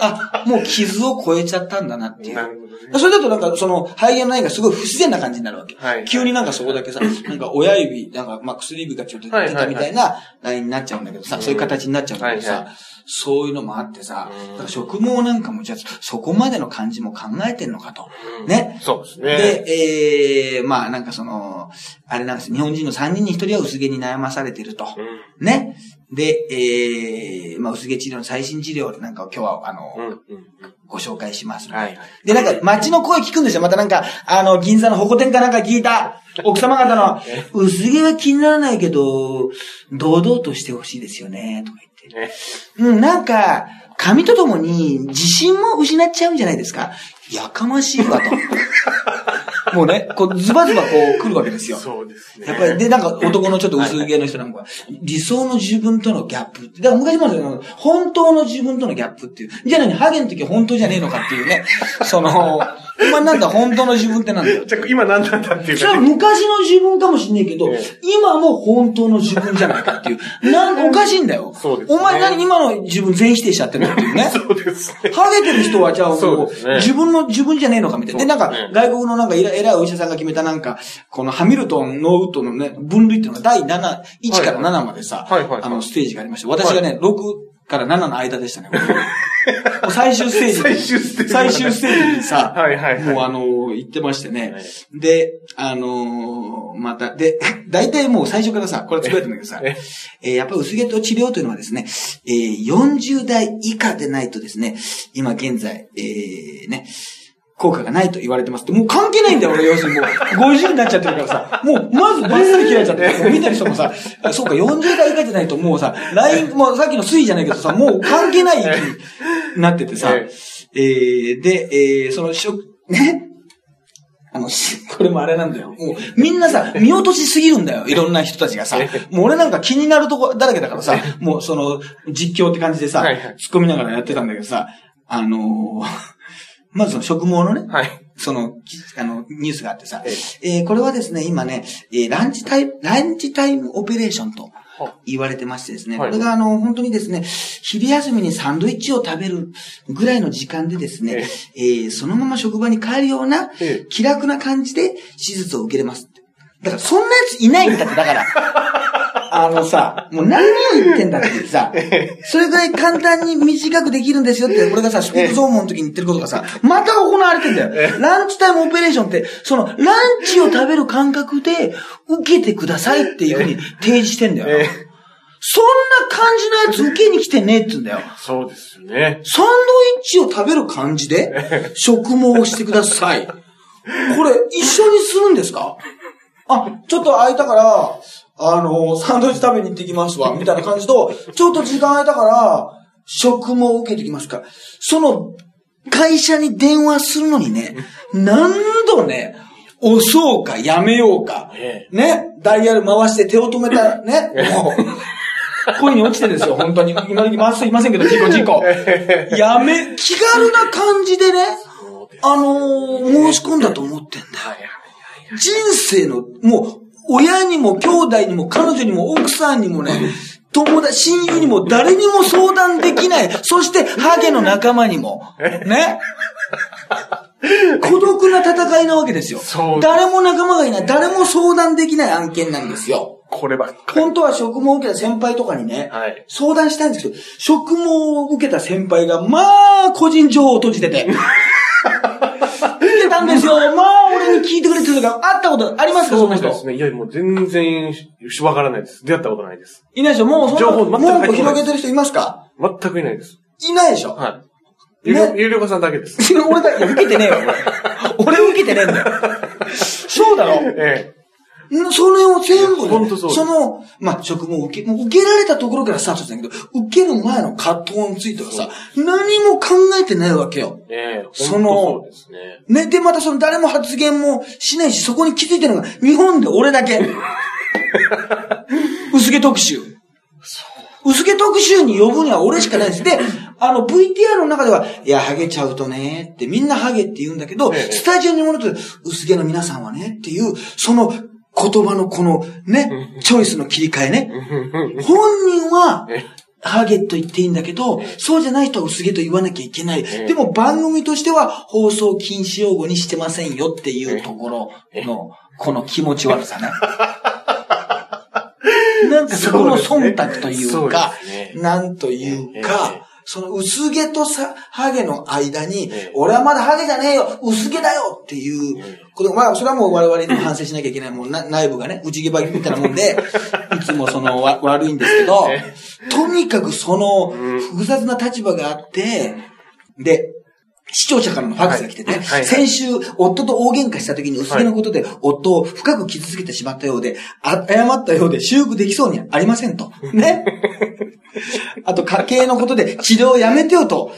S1: あ、もう傷を超えちゃったんだなっていう。
S2: なるほどね。
S1: それだとなんか、その、肺炎の絵がすごい不自然な感じになるわけ。
S2: はい
S1: 急になんかそこだけさ、なんか親指、なんか、まあ、薬指がちょっと出てたみたいなラインになっちゃうんだけどさ、
S2: うん
S1: そういう形になっちゃうんだけどさ、
S2: はいは
S1: そういうのもあってさ、
S2: うん
S1: だから食毛なんかもじゃあ、そこまでの感じも考えてんのかと。ね。
S2: そうですね。
S1: で、えー、まあなんかその、あれなんです日本人の3人に1人は薄毛に悩まされてると。
S2: う
S1: ね。で、えー、まあ薄毛治療の最新治療なんかを今日は、あの、
S2: ん。うん。うん。
S1: ご紹介しますので、
S2: はいはい
S1: で、なんか、街の声聞くんですよ。またなんか、あの、銀座の保護店かなんか聞いた、奥様方
S2: [laughs]
S1: の、薄毛は気にならないけど、堂々としてほしいですよね、とか言
S2: ね
S1: って。うん、なんか、髪とともに自信も失っちゃうんじゃないですかやかましいわ、
S2: [laughs]
S1: と。もうね、こう、ズバズバこう来るわけですよ。
S2: そうですね。
S1: やっぱり、で、なんか男のちょっと薄毛の人なんかは、理想の自分とのギャップって。だから昔もそうだけど本当の自分とのギャップっていう。じゃあ何、ハゲの時は本当じゃねえのかっていう
S2: [laughs]
S1: ね。その、今なんだ本当の自分ってなんだ
S2: [laughs]
S1: よ。
S2: じゃあ今何なんだっていう
S1: それは
S2: かね。
S1: 昔の自分かもしんねえけど
S2: ええ、
S1: 今も本当の自分じゃないかっていう。なんかおかしいんだよ。
S2: そうですね
S1: お前何今の自分全否定しちゃってるっていうね。
S2: そうですね。
S1: ハゲてる人はじゃあもう
S2: そうですね
S1: 自分の、自分じゃねえのかみたいな。で、なん
S2: そう
S1: か
S2: ですね、
S1: 外国のなんか偉い偉いお医者さんが決めたなんか、このハミルトン、ノーウッドのね、分類っていうのが第7、1から7までさ、
S2: はいはいはい
S1: あの、ステージがありまして、私がね、6から7の間で
S2: [laughs]
S1: したね。これもう最終ステージ。
S2: 最終ステージ
S1: 最終ステージにさ、
S2: はいはいはい
S1: もうあのー行ってましてね。
S2: はい
S1: で、あのーまた、で、大体もう最初からさ、これ作られてるんだけどさ、
S2: え
S1: えーやっぱり薄毛と治療というのはですね、えー40代以下でないとですね、今現在、えーね、効果がないと言われてますって、もう関係ないんだよ、俺、要するにもう。50になっちゃってるからさ、もう、まずバッサリ切られちゃってる、もう見てる人もさ、あそうか、40代以下じゃないともうさ、ライン、もうさっきの推移じゃないけどさ、もう関係ない域になっててさ、え
S2: え
S1: ーで、えーその、しょ、ね、あの、しこれもあれなんだよ。もう、みんなさ、見落としすぎるんだよ。いろんな人たちがさ。もう俺なんか気になるとこだらけだからさ、もうその、実況って感じでさ、
S2: はいはい
S1: 突っ込みながらやってたんだけどさ、あのーまずその食毛のね、
S2: はい。
S1: その、きあの、ニュースがあってさ
S2: え、
S1: えーこれはですね、今ね、えーランチタイム、ランチタイムオペレーションと
S2: は
S1: 言われてましてですね、
S2: はい
S1: これがあの、本当にですね、昼休みにサンドイッチを食べるぐらいの時間でですね、えーそのまま職場に帰るような
S2: ええ、
S1: 気楽な感じで手術を受けれますって。だから、そんなやついないんだって、だから。あのさ、もう何を言ってんだって
S2: [laughs]
S1: さ、それぐらい簡単に短くできるんですよって、俺がさ、スピードゾーンの時に言ってることがさ、また行われてんだよ。ランチタイムオペレーションって、その、ランチを食べる感覚で受けてくださいっていうふうに提示してんだよ
S2: え
S1: な。そんな感じのやつ受けに来てねえって言うんだよ。
S2: そうですね。
S1: サンドイッチを食べる感じ
S2: [laughs]
S1: で、食毛をしてください。これ、一緒にするんですかあ、ちょっと空いたから、あのサンドイッチ食べに行ってきますわ、みたいな感じと、ちょっと時間空いたから、食毛を受けてきますから。その、会社に電話するのにね、何度ね、押そうかやめようか
S2: え、
S1: ね、ダイヤル回して手を止めたら
S2: [laughs]
S1: ね、もう、恋に落ちてるんですよ、本当に。今時回す人いませんけど、事故事
S2: [laughs]
S1: 故。やめ、気軽な感じでね、あのー申し込んだと思ってんだよ。人生の、もう、親にも兄弟にも彼女にも奥さんにもね、友達、親友にも誰にも相談できない。そして、ハゲの仲間にも。
S2: [laughs]
S1: ね。孤独な戦いなわけですよ
S2: そう。です
S1: 誰も仲間がいない、誰も相談できない案件なんですよ。
S2: こればっかり。
S1: 本当は職務を受けた先輩とかにね、
S2: はい
S1: 相談したいんですけど、職務を受けた先輩が、まあ、個人情報を閉じて
S2: [laughs]
S1: て。受けたんですよ。まあ、俺に聞いてくれっていうか、会ったことありますかそ
S2: そう
S1: の
S2: み
S1: 人
S2: たいで。すね。いや、もう全然、しわからないです。出会ったことないです。
S1: いないでしょもうそんな、
S2: 情報全く入ってこない
S1: 文句広げてる人いますか
S2: 全くいないです。
S1: いないでしょ、
S2: はい。ゆりょ
S1: ね
S2: ゆりょかさんだけです。
S1: [laughs] 俺だ、いや、受けてねえよ、
S2: [laughs]
S1: 俺。俺受けてねえんだよ。そうだろ
S2: え
S1: んそれを全部
S2: いや本
S1: ね、
S2: 当そう
S1: その、まあ、職務を受け、もう受けられたところからスタートしたんだけど、受ける前の葛藤についてはさ、何も考えてないわけよ。
S2: え。ええ。
S1: その
S2: ほんとそうですね。
S1: ね、で、またその誰も発言もしないし、そこに気づいてるのが、日本で俺だけ。
S2: [laughs]
S1: 薄毛特集。薄毛特集に呼ぶには俺しかないです。で、あの、VTR の中では、いや、ハゲちゃうとね、って、みんなハゲって言うんだけど、
S2: ええ
S1: スタジオに戻ると、薄毛の皆さんはね、っていう、その言葉のこのね、チョイスの切り替えね。本人は
S2: え、
S1: ハゲと言っていいんだけど、そうじゃない人は薄毛と言わなきゃいけない。
S2: え
S1: でも番組としては放送禁止用語にしてませんよっていうところの、この気持ち悪
S2: [laughs]
S1: さね。なん [laughs] かそこの忖度というか
S2: そうです、ね
S1: なんという
S2: ええ
S1: か、その薄毛とさ、ハゲの間に
S2: ええ、
S1: 俺はまだハゲじゃねえよ薄毛だよっていう、これまあ、それはもう我々に反省しなきゃいけない、もうな [laughs] 内部がね、内毛ばみたいなもん
S2: [laughs]
S1: で、いつもそのわ悪いんですけど
S2: え、
S1: とにかくその
S2: うん
S1: 複雑な立場があって、で、視聴者からのファックスが来てね、
S2: はいはい
S1: 先週、夫と大喧嘩した時に薄毛のことで、夫を深く傷つけてしまったようで、あ謝ったようで修復できそうにありませんと。ね。あと、家計のことで治療をやめてよと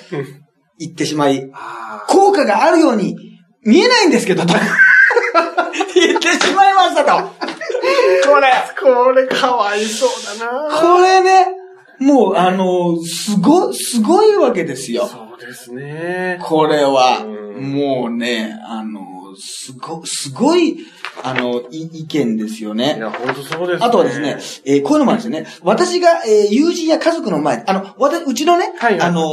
S1: 言ってしまい、
S2: あ
S1: 効果があるように見えないんですけど、と [laughs] 言ってしまいましたと。
S2: あ。これ、これ、かわいそうだな
S1: これね、もう、あの、すご、すごいわけですよ。
S2: そうですね。
S1: これは、
S2: うん
S1: もうね、あの、すご、すごい、あの、い意見ですよね
S2: い。や、ほんとそうですね。
S1: あとはですね、えーこういうのもあるんですよね。私が、えー友人や家族の前で、あの、私、うちのね、
S2: はいはい
S1: あのー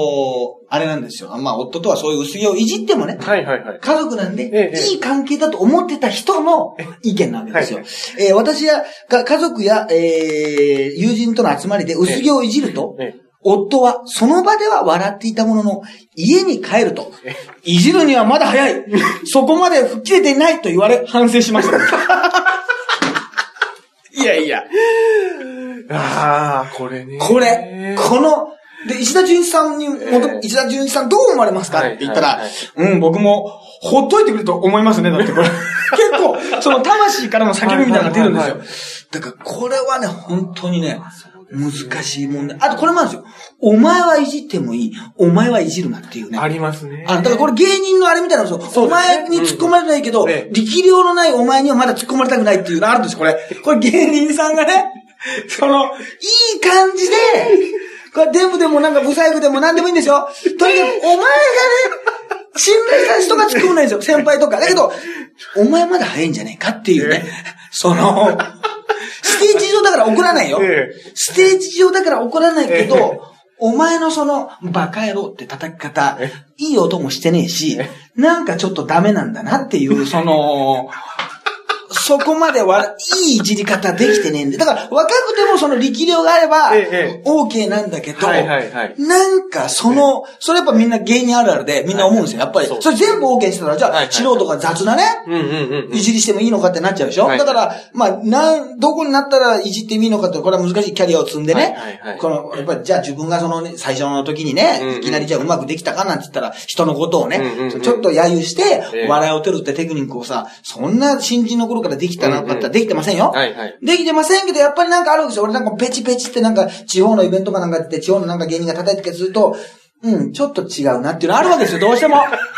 S1: あれなんですよ。まあ、夫とはそういう薄毛をいじってもね、
S2: はいはいはい。
S1: 家族なんで、
S2: ええ
S1: いい関係だと思ってた人の意見なわけですよ。えー私や、が家族や、えー友人との集まりで薄毛をいじると、
S2: ええ
S1: 夫はその場では笑っていたものの、家に帰ると、いじるにはまだ早
S2: [laughs]
S1: い、そこまで吹っ切れていないと言われ、反省しました。いやいや、
S2: ああ、これね。
S1: これ、この、で、石田純一さんにもと、
S2: ええ
S1: 石田純一さんどう思われますか
S2: はい
S1: って言ったら、
S2: はいはい
S1: うん、僕も、ほっといてくれると思いますね、だって
S2: [laughs]
S1: これ。結構、その魂からの叫びみたいなのが出るん
S2: はいはいはい
S1: ですよ。だから、これはね、本当にね、難しい問題。あと、これもあるんですよ。お前はいじってもいい。お前はいじるなっていうね。
S2: ありますね。
S1: あ、だからこれ芸人のあれみたいなのですよ。
S2: そう
S1: お
S2: ですね
S1: 前に突っ込まれないけど、
S2: うんええ
S1: 力量のないお前にはまだ突っ込まれたくないっていうのあるんですよ、こ
S2: [laughs]
S1: れ。これ芸人さんがね、 [laughs] その、いい感じで、これデブでもなんかブサイクでも何でもいいんですよ。とにかく、お前がね、信頼した人が突っ込むないん
S2: [laughs]
S1: ですよ、先輩とか。だけど、お前まだ早いんじゃねえかっていうね
S2: [laughs] え、
S1: その、ステージ上だから怒らないよ。
S2: ええ
S1: ステージ上だから怒らないけど、
S2: ええ
S1: お前のその、バカ野郎って叩き方
S2: え、
S1: いい音もしてねえし
S2: え、 [laughs]
S1: なんかちょっとダメなんだなっていう、その、そこまでわ、いいいじり方できてねえんで。だから、若くてもその力量があれば
S2: えええ、
S1: OK なんだけど、
S2: はいはいはい
S1: なんかその、それやっぱみんな芸人あるあるで、みんな思うんですよ。やっぱり、
S2: そう
S1: それ全部 OK してたら、じ
S2: はい
S1: ゃ
S2: は
S1: あ、
S2: い
S1: 素人が雑なね、
S2: うんうんうんうん
S1: い。じりしてもいいのかってなっちゃうでしょ、
S2: はい
S1: だから、まあ、なん、どこになったらいじってもいいのかって、これは難しいキャリアを積んでね。
S2: はいはいはい
S1: この、やっぱり、じゃあ自分がそのね、最初の時にね、
S2: うんうん
S1: いきなりじゃあうまくできたかなんて言ったら、人のことをね、
S2: うんうんうん
S1: ちょっと揶揄して、
S2: ええ
S1: 笑いを取るってテクニックをさ、そんな新人の頃からできたなかった
S2: うんう
S1: ら
S2: ん
S1: できてませんよ。
S2: はいはい。
S1: できてませんけど、やっぱりなんかあるわけですよ。俺なんかペチペチってなんか、地方のイベントかなんかやって、地方のなんか芸人が叩いてたりすると、うん、ちょっと違うなっていうのあるわけですよ、どうしても。 [laughs]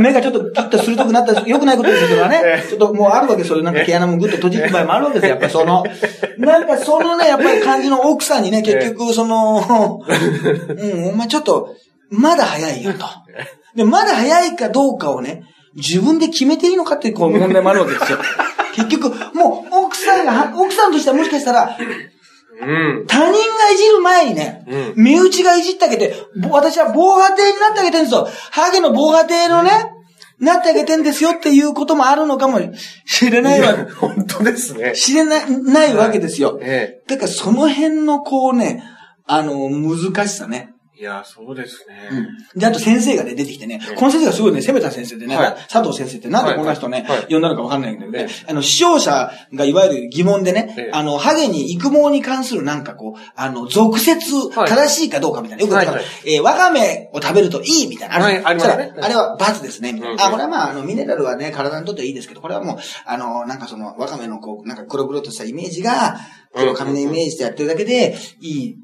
S1: 目がちょっとピッと鋭くなったり、良くないことですよ、それはね。ちょっともうあるわけですよ。なんか毛穴もぐっと閉じる場合もあるわけですよ。やっぱりその、なんかそのね、やっぱり感じの奥さんにね、結局そ [laughs] の、うん、お前ちょっと、まだ早いよと。で、まだ早いかどうかをね、自分で決めていいのかっていうこう問題もあるわけですよ。 [laughs] 結局、もう奥さんが、奥さんとしてはもしかしたら、
S2: うん。
S1: 他人がいじる前にね、
S2: う
S1: 身内がいじってあげて、ぼ私は防波堤になってあげてるんですよ。ハゲの防波堤のね、なってあげてんですよっていうこともあるのかもしれないわ、
S2: 本当ですね。
S1: しれない、ないわけですよ。
S2: え
S1: だからその辺のこうね、あの、難しさね。
S2: え。いや、そうですね。
S1: で、あと先生がね、出てきてね
S2: うん、
S1: この先生がすごいね、攻めた先生でね、
S2: はい
S1: 佐藤先生ってなんでこんな人ね、
S2: はいはい
S1: 呼んだのかわかんないんだけどね
S2: え、
S1: あの、視聴者がいわゆる疑問でね、
S2: ええ
S1: あの、ハゲに育毛に関するなんかこう、あの、俗説、
S2: はい
S1: 正しいかどうかみたいな、よくだから、
S2: はいは
S1: えーわかめを食べるといいみたいなのるじゃん、
S2: はいありますね
S1: そしたらあれは罰ですね、みたいな。あ、
S2: うん
S1: これはまあ、あの、ミネラルはね、体にとってはいいですけど、これはもう、あの、なんかその、わかめのこう、なんか黒々としたイメージが、黒髪のイメージでやってるだけで、いい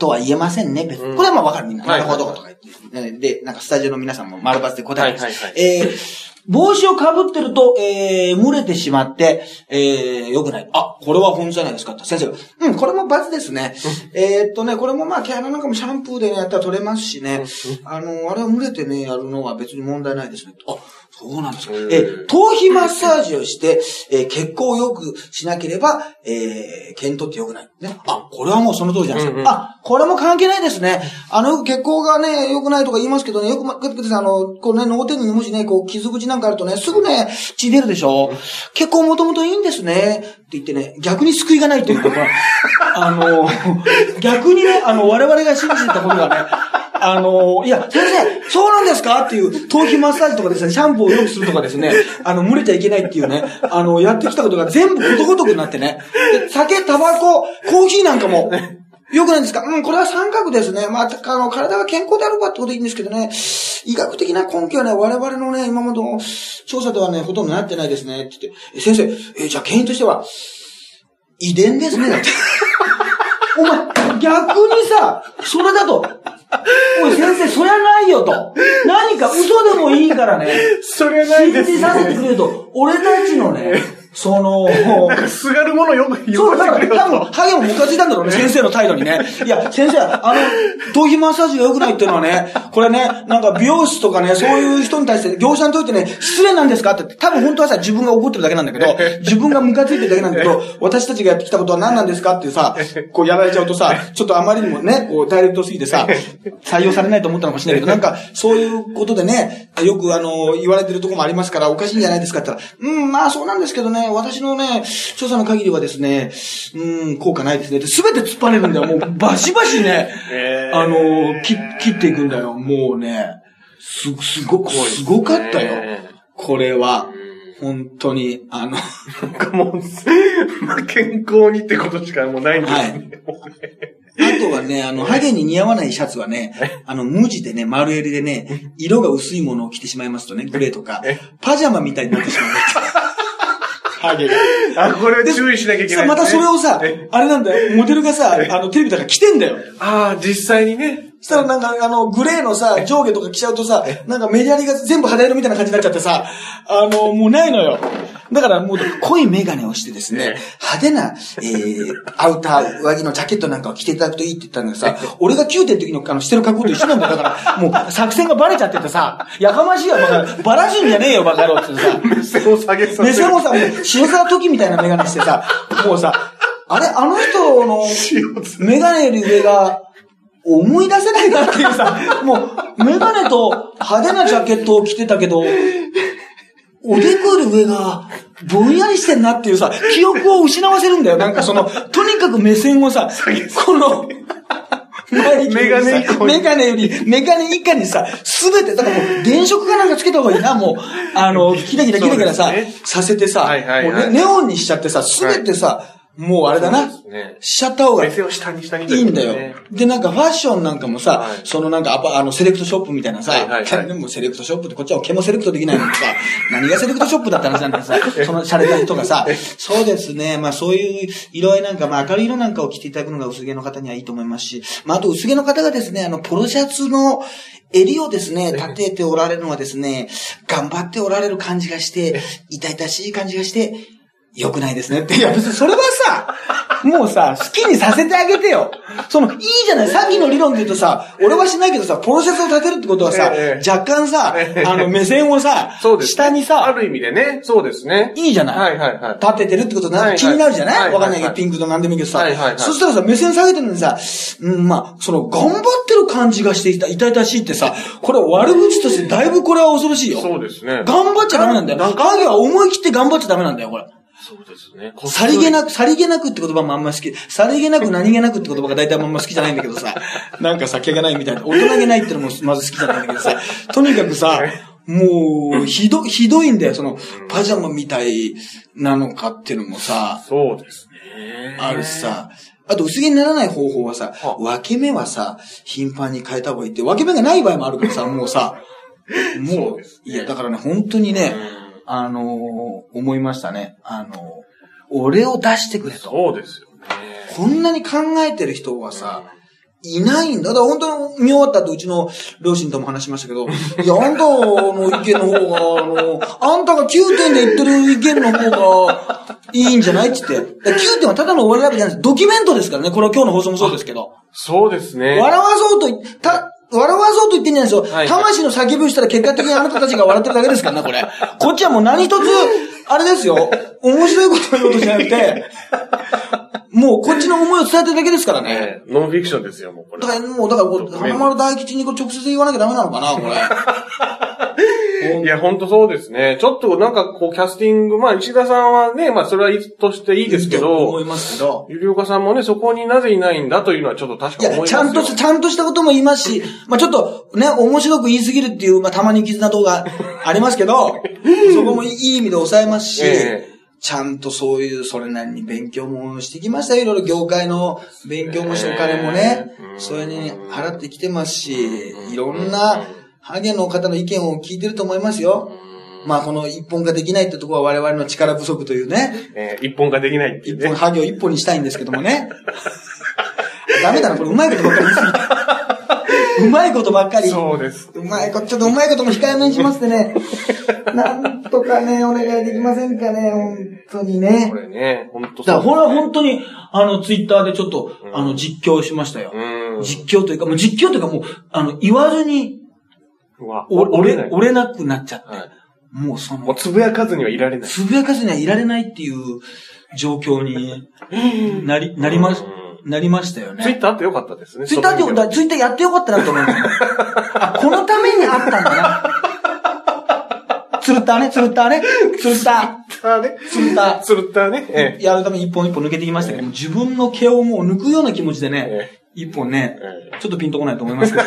S1: とは言えませんね、別に。
S2: うん
S1: これはまあわかる、みんな。な
S2: はい
S1: るほど、とか言って。で、なんかスタジオの皆さんも丸抜で答えてます。
S2: はいはいは
S1: えー帽子をかぶってると、えー、蒸れてしまって、えー、良くない。あ、これは本じゃないですかって。先生が、うん、これも罰ですね。えーっとね、これもまあ、毛穴なんかもシャンプーでね、やったら取れますしね。あの、あれは蒸れてね、やるのは別に問題ないですね。あ、そうなんですか。え
S2: へー
S1: ー、頭皮マッサージをして、えー、血行を良くしなければ、えー、検討って良くない。ね。あ、これはもうその通りじゃないですか。
S2: うんうん
S1: あ、これも関係ないですね。あの、よく血行がね、良くないとか言いますけどね、よくま、くくあの、こうね、脳天にもしね、こう、傷口なんかあるとね、すぐね、血出るでしょ。血行もともといいんですね。って言ってね、逆に救いがないというか、これ [laughs] あの、逆にね、あの、我々が信じてたことがね、あの、いや、先生、そうなんですかっていう、頭皮マッサージとかですね、シャンプーを良くするとかですね、あの、蒸れちゃいけないっていうね、あの、やってきたことが全部ことごとくなってね、で酒、タバコ、コーヒーなんかも、よくないですかうん、これは三角ですね。まあ、たあの、体が健康であればってことでいいんですけどね、医学的な根拠はね、我々のね、今までの調査ではね、ほとんどなってないですね、って言って、え先生、え、じゃあ原因としては、遺伝
S2: [laughs]
S1: ですね、だって。お前、逆にさ、それだと、おい先生、そりゃないよと。何か嘘でもいいからね、
S2: それは [laughs] ない
S1: 信
S2: です
S1: じ
S2: ね。
S1: させてくれると、俺たちのね、その、
S2: なんか、すがるものよく言
S1: そう、
S2: わ
S1: だ
S2: せ
S1: か
S2: て
S1: ら
S2: くれよ
S1: 多分、
S2: と。
S1: ハゲもムカついたんだろうね、先生の態度にね。いや、先生、あの、頭皮マッサージが良くないっていうのはね、これね、なんか美容室とかね、そういう人に対して、業者にとってね、失礼なんですかって、多分本当はさ、自分が怒ってるだけなんだけど、自分がムカついてるだけなんだけど、私たちがやってきたことは何なんですかっていうさ、こうやられちゃうとさ、ちょっとあまりにもね、こうダイレクトすぎて [laughs] さ、採用されないと思ったのかもしれないけど、なんか、そういうことでね、よくあの、言われてるとこもありますから、おかしいんじゃないですかって言ったら、うん、まあそうなんですけどね、私のね、調査の限りはですね、うん、効果ないですねって、すべて突っ張れるんだよ。もう、バシバシね、
S2: えー
S1: あの、き切っていくんだよ。もうね、す、すごく、すごかったよ。
S2: え
S1: これは
S2: う、
S1: 本当に、あの、
S2: なんかもう、まあ、健康にってことしかもうないんですね。
S1: あとはね、あの、ハゲに似合わないシャツはね、あの、無地でね、丸襟でね、色が薄いものを着てしまいますとね、グレーとか、パジャマみたいになってしまう。ハゲが。
S2: あ、これは注意しなきゃ
S1: さ、
S2: いけないですね、
S1: またそれをさ
S2: え、
S1: あれなんだよ、モデルがさ、あの、テレビだから着てんだよ。
S2: ああ、実際にね。
S1: そしたらなんか、あの、グレーのさ、上下とか着ちゃうとさ、なんかメディアリが全部肌色みたいな感じになっちゃってさ、あの、もうないのよ。だからもう、濃いメガネをしてですね
S2: え、
S1: 派手な、えー、アウター、上着のジャケットなんかを着ていただくといいって言ったんだけどさ、俺が9点の時のあのしてる格好と一緒なんだよ。だから、もう作戦がバレちゃっててさ、やかましいわ、バカ野郎バラすんじゃねえよ、バカ野郎ってさ。
S2: 目線を下げさせる。
S1: 目線もさ、もう、塩沢時みたいなメガネしてさ、もうさ、あれ、あの人の
S2: 塩沢
S1: メガネより上が、思い出せないなっていうさ、もう、メガネと派手なジャケットを着てたけど、おでこより上が、ぼんやりしてんなっていうさ、記憶を失わせるんだよ。なんかその、とにかく目線をさ、この、
S2: メガネ以降に
S1: メガネより、メガネ以下にさ、すべて、だからもう、電飾かなんかつけた方がいいな、もう、あの、キラキラキラキラさ、
S2: そうですね
S1: させてさ、
S2: はいはい
S1: もう
S2: はい
S1: ねネオンにしちゃってさ、すべてさ、もうあれだな、
S2: そうですね
S1: しちゃった方が
S2: 目線を下に下にと
S1: いい
S2: うんこと
S1: だ
S2: でね。
S1: よ。で、なんかファッションなんかもさ、
S2: はい
S1: そのなんかアパ、あの、セレクトショップみたいなさ、
S2: はいはいはい
S1: キャラでもセレクトショップってこっちは毛もセレクトできないの [laughs] にさ、何がセレクトショップだった話なんだけ [laughs] どさ、そのシャレたりとかさ、 [laughs] そうですね、まあそういう色合いなんか、まあ明るい色なんかを着ていただくのが薄毛の方にはいいと思いますし、まああと薄毛の方がですね、あの、ポロシャツの襟をですね、立てておられるのはですね、頑張っておられる感じがして、痛々しい感じがして、良くないですねって。いや、別にそれはさ、もうさ、好きにさせてあげてよ。その、いいじゃない、さっきの理論で言うとさ、俺はしないけどさ、ポロシャツを立てるってことはさ、
S2: ええ
S1: 若干
S2: [laughs]
S1: さ、
S2: ええ
S1: あの、目線をさ、
S2: そうです。
S1: 下に
S2: あ
S1: さ、
S2: る意味でね、そうですね。
S1: いいじゃない。
S2: はいはいはい。
S1: 立ててるってこと
S2: はい
S1: な
S2: はい
S1: 気になるじゃ
S2: はい
S1: な
S2: はいい
S1: わかんないけ
S2: は
S1: ど、
S2: い
S1: ピンクと何でもいいけどさ
S2: はいはいは。い
S1: そしたらさ、目線下げてるのにさ、うん、まあ、その、頑張ってる感じがしていた、痛々しいってさ、これ悪口としてだいぶこれは恐ろしいよ。
S2: そうですね。
S1: 頑張っちゃダメなんだよ。影は思い切って頑張っちゃダメなんだよ、これ。
S2: そうですね。
S1: さりげ
S2: な
S1: なく、さりげなくって言葉もあんま好き。さりげなく何気なくって言葉が大体あんま好きじゃないんだけど
S2: [laughs]
S1: さ。なんか酒がないみたいな。大人げないってのもまず好きじゃないんだけどさ。とにかくさ、もう、ひど、ひどいんだよ。その、パジャマみたいなのかっていうのもさ、
S2: そうですね。
S1: あるしさ。あと、薄毛にならない方法はさ
S2: は、
S1: 分け目はさ、頻繁に変えた方がいいって、分け目がない場合もあるからさ、もうさ、
S2: [laughs] そ
S1: も
S2: う
S1: う、
S2: ですね
S1: いや、だからね、本当にね、
S2: うん
S1: あのー思いましたね。あのー俺を出してくれと。
S2: そうですよね。
S1: こんなに考えてる人はさ、いないんだ。だから本当に見終わった後、うちの両親とも話しましたけど、いや、あんたの意見の方が、あの、あんたが9点で言ってる意見の方がいいんじゃないって言って。だから9点はただの俺だけじゃないです。ドキュメントですからね。これは今日の放送もそうですけど。
S2: そうですね。
S1: 笑わそうとい、た、笑わそうと言ってんじゃないですよ。
S2: はい
S1: 魂の叫びをしたら結果的にあなたたちが笑ってるだけですからね、
S2: [laughs]
S1: これ。こっちはもう何一つ、あれですよ。面白いことを言おうとしなくて、もうこっちの思いを伝えてるだけですからね。
S2: ねノンフィクションですよ、もうこれ
S1: だ。から、もう、だからこう、花丸大吉にこう直接言わなきゃダメなのかな、これ。
S2: いや、ほんとそうですね。ちょっとなんかこう、キャスティング、まあ、石田さんはね、まあ、それはいつとしていいですけ
S1: と思い
S2: ど、
S1: ますけど。
S2: ゆりおかさんもね、そこになぜいないんだというのはちょっと確
S1: い
S2: かに思
S1: や、
S2: います
S1: ち
S2: よ
S1: ゃんとし、ちゃんとしたことも言いますし、まあちょっとね、面白く言いすぎるっていう、まあたまに絆動画 [laughs] ありますけど、そこもいい意味で抑えますし、
S2: ええ
S1: ちゃんとそういう、それなりに勉強もしてきましたよ。いろいろ業界の勉強もして、お金もね
S2: う、ん
S1: それに払ってきてますし、いろんな、ハゲの方の意見を聞いてると思いますよ。まあこの一本化できないってところは我々の力不足というね。
S2: えー一本化できないってい
S1: 一
S2: うね
S1: 本、。ハゲを一本にしたいんですけどもね。 [laughs] ダメだな、これうまいことばっかり言いすぎた。うまいことばっかり。
S2: そうです。
S1: うまいこと、ちょっとうまいことも控えめにしますで
S2: [laughs]
S1: ね。なんとかね、お願いできませんかね、本当にね
S2: こ。れね、ほんと
S1: だから、ほら、本
S2: 当
S1: 当に、あの、ツイッターでちょっと、
S2: ん
S1: あの、実況しましたよ。
S2: うん。
S1: 実況というか、もう実況というか、もう、あの、言わずに、
S2: うわ
S1: お折
S2: 折れな
S1: れ
S2: い、
S1: 折れなくなっちゃって。
S2: はい
S1: もうその
S2: もう、つぶやかずにはいられない。
S1: つぶやかずにはいられないっていう状況になり、なりまし
S2: う、
S1: なりましたよ
S2: ツイッ
S1: ね。
S2: ターってよかったですね。
S1: ツイッターって
S2: そ
S1: こ
S2: の
S1: と
S2: 意
S1: は、ツイッターやってよかったなと思う。 [laughs] あこのためにあったんだな。ツルッターね、ツルッターね、ツルッタ
S2: 味ではツ
S1: ー、ツルッター
S2: イッターね。。ツルッターね。ええ
S1: やるために一本一本抜けてきましたけど、自分の毛をもう抜くような気持ちでね
S2: え、
S1: 一本ね
S2: え、
S1: ちょっとピンとこないと思いますけど。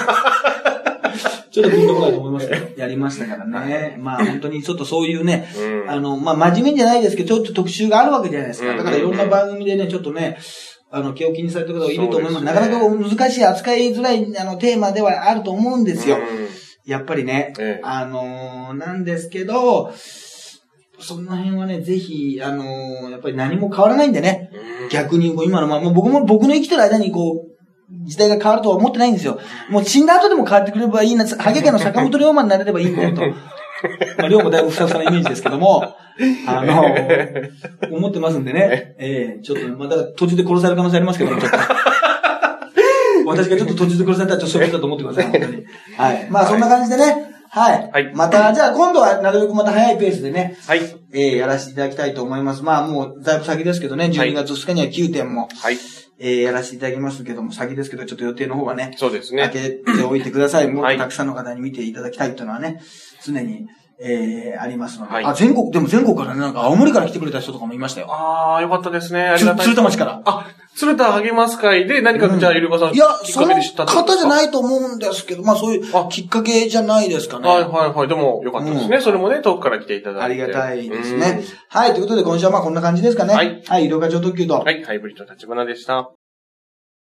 S1: ちょっとピンとこないと思いますけど、 [laughs] やりましたからね。まあ本当にちょっとそういうね、
S2: うん
S1: あの、まあ真面目じゃないですけど、ちょっと特集があるわけじゃないですか。だからいろんな
S2: うん
S1: 番組でね、ちょっとね、あの、毛を気にされてる方がいると思います。
S2: そうですね
S1: なかなかこう難しい、扱いづらい、あの、テーマではあると思うんですよ。
S2: うん
S1: やっぱりね、
S2: ええ
S1: あのーなんですけど、その辺はね、ぜひ、あのーやっぱり何も変わらないんでね、
S2: うん
S1: 逆にこう今のまま、僕も僕の生きてる間にこう、時代が変わるとは思ってないんですよ。もう死んだ後でも変わってくれればいいな、ハゲ界の坂本龍馬になれればいいんだよ
S2: [laughs]
S1: と。まあ、龍馬だいぶふさふさなイメージですけども、あのー
S2: [laughs]
S1: 思ってますんでね。ええちょっと、まあ、だから途中で殺される可能性ありますけども、ちょっと。私がちょっと途中で殺されたらちょっとそういうことだと思ってください、本当に。はい。まあ、そんな感じでね。はい。
S2: はい
S1: また、じゃあ今度はなるべくまた早いペースでね、
S2: はい。
S1: ええやらせていただきたいと思います。まあ、もう、だいぶ先ですけどね、12月2日には9点も、
S2: はい。
S1: ええやらせていただきますけども、先ですけど、ちょっと予定の方はね、
S2: そうです
S1: 開
S2: ね。
S1: けておいてください。もっ
S2: は
S1: と
S2: い
S1: たくさんの方に見ていただきたいというのはね、常に、えー、ありますので。
S2: はい
S1: あ、全国、でも全国からね、なんか青森から来てくれた人とかもいましたよ。
S2: ああ、よかったですね。あり
S1: つ
S2: がたい
S1: 鶴。田町から。
S2: あ、鶴田励ます会で何か、じゃあ、ゆりこさん、
S1: いや、
S2: きっ
S1: そ
S2: かけ
S1: の
S2: で知った
S1: 方じゃ
S2: い
S1: ないと思うんですけど、まあそういう
S2: あ
S1: きっかけじゃないですかね。
S2: はいはいはい。でも、よかったですね。それもね、遠くから来ていただ
S1: あ
S2: い
S1: り
S2: て。
S1: がたいですね。はい、ということで今週はままあこんな感じですかね。
S2: はい。
S1: はい、医療課長特急と。
S2: うん。はい、ハイブリッド立花でした。